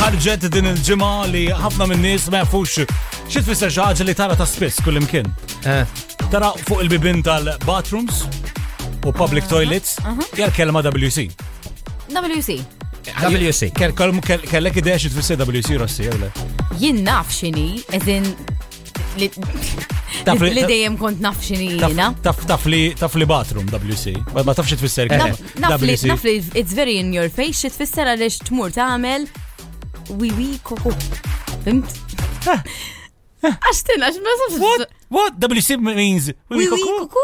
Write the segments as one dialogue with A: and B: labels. A: ħarġet din il-ġimgħa li ħafna minn nies ma jafux xi tfisser xi ħaġa li tara ta' spiss kullimkien. Tara fuq il-bibin tal-bathrooms u public toilets hija l-kelma WC.
B: WC.
C: WC.
A: Kell- kell- kell- Kellek idea xi tfisser WC Rossi jew le?
B: Jien naf xini, eżin li
A: Taf li-
B: li dejjem kont naf xini
A: Taf-
B: jiena.
A: taf- Taf li taf li bathroom WC. Ma- Ma tafx xi tfisser
B: Naf naf li
A: WC.
B: naf li it's very in your face xi tfisser għaliex tmur tagħmel wi wi koko. Fimt? Għax tin, għax ma safx.
A: Eh. What? What? WC means
B: Wee wee cuckoo?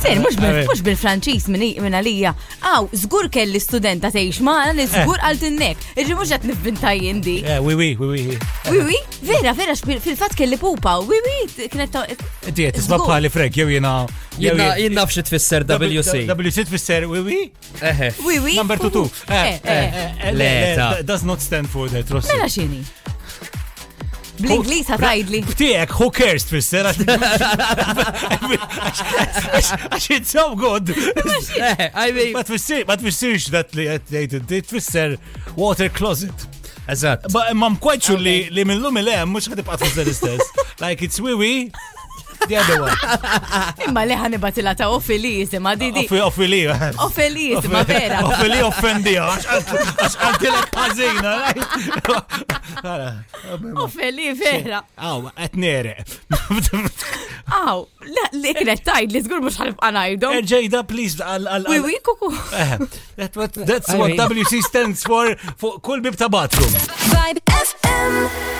B: Sen, mux bil-
A: Eh.
B: mux bil-Franċis minn min għalija. Aw, zgur kelli studenta tgħix ma, li zgur għalt innek. Irri mux għat nifbintajjen di.
A: Eh, Wee wee, wee wee.
B: Wi wi, vera, vera, xpil- fil-fat kelli pupa. Wi wi, kienet ta'
A: Diet, isma
B: Żgur.
A: bħali frek, jew jena.
C: Jien naf xi tfisser WC.
A: WC tfisser wee wee?
C: Eħe.
B: wi wi.
A: Number two, two.
B: Eh, eh.
A: Eh,
C: Le, ta.
A: that Does not stand for that, Rossi.
B: Mela xini. Bl-Inglis
A: Oh,
B: ħatajdli.
A: Tiegħek, who cares tfisser? Għax- Għax għax it's so good.
C: Eħe, I mean.
A: Ma tfissir, ma tfissirx dat li qed jgħid inti, tfisser water closet.
C: Eżatt.
A: Ba imma mkwajt xu li li minn lum il-hemm mhux ħatibqa' tfisser istess. Like it's wee wee. The other one.
B: Imma li ħanibatila ta' Ofelis, imma didi.
A: Offi offi li.
B: Ofelis, ma vera.
A: Offi li offendi. Għax għantilek ħażina.
B: Ofeli, vera.
A: Aw, qed nereq.
B: Aw, la, li kienet tajdli, zgur mux ħanibqa' najdom.
A: Erġejda, please, għal għal.
B: Wi wi, kuku.
A: Eh, that what- That's what
C: Irene.
A: WC stands for fuq kull bib ta' bathroom.
D: Vibe FM.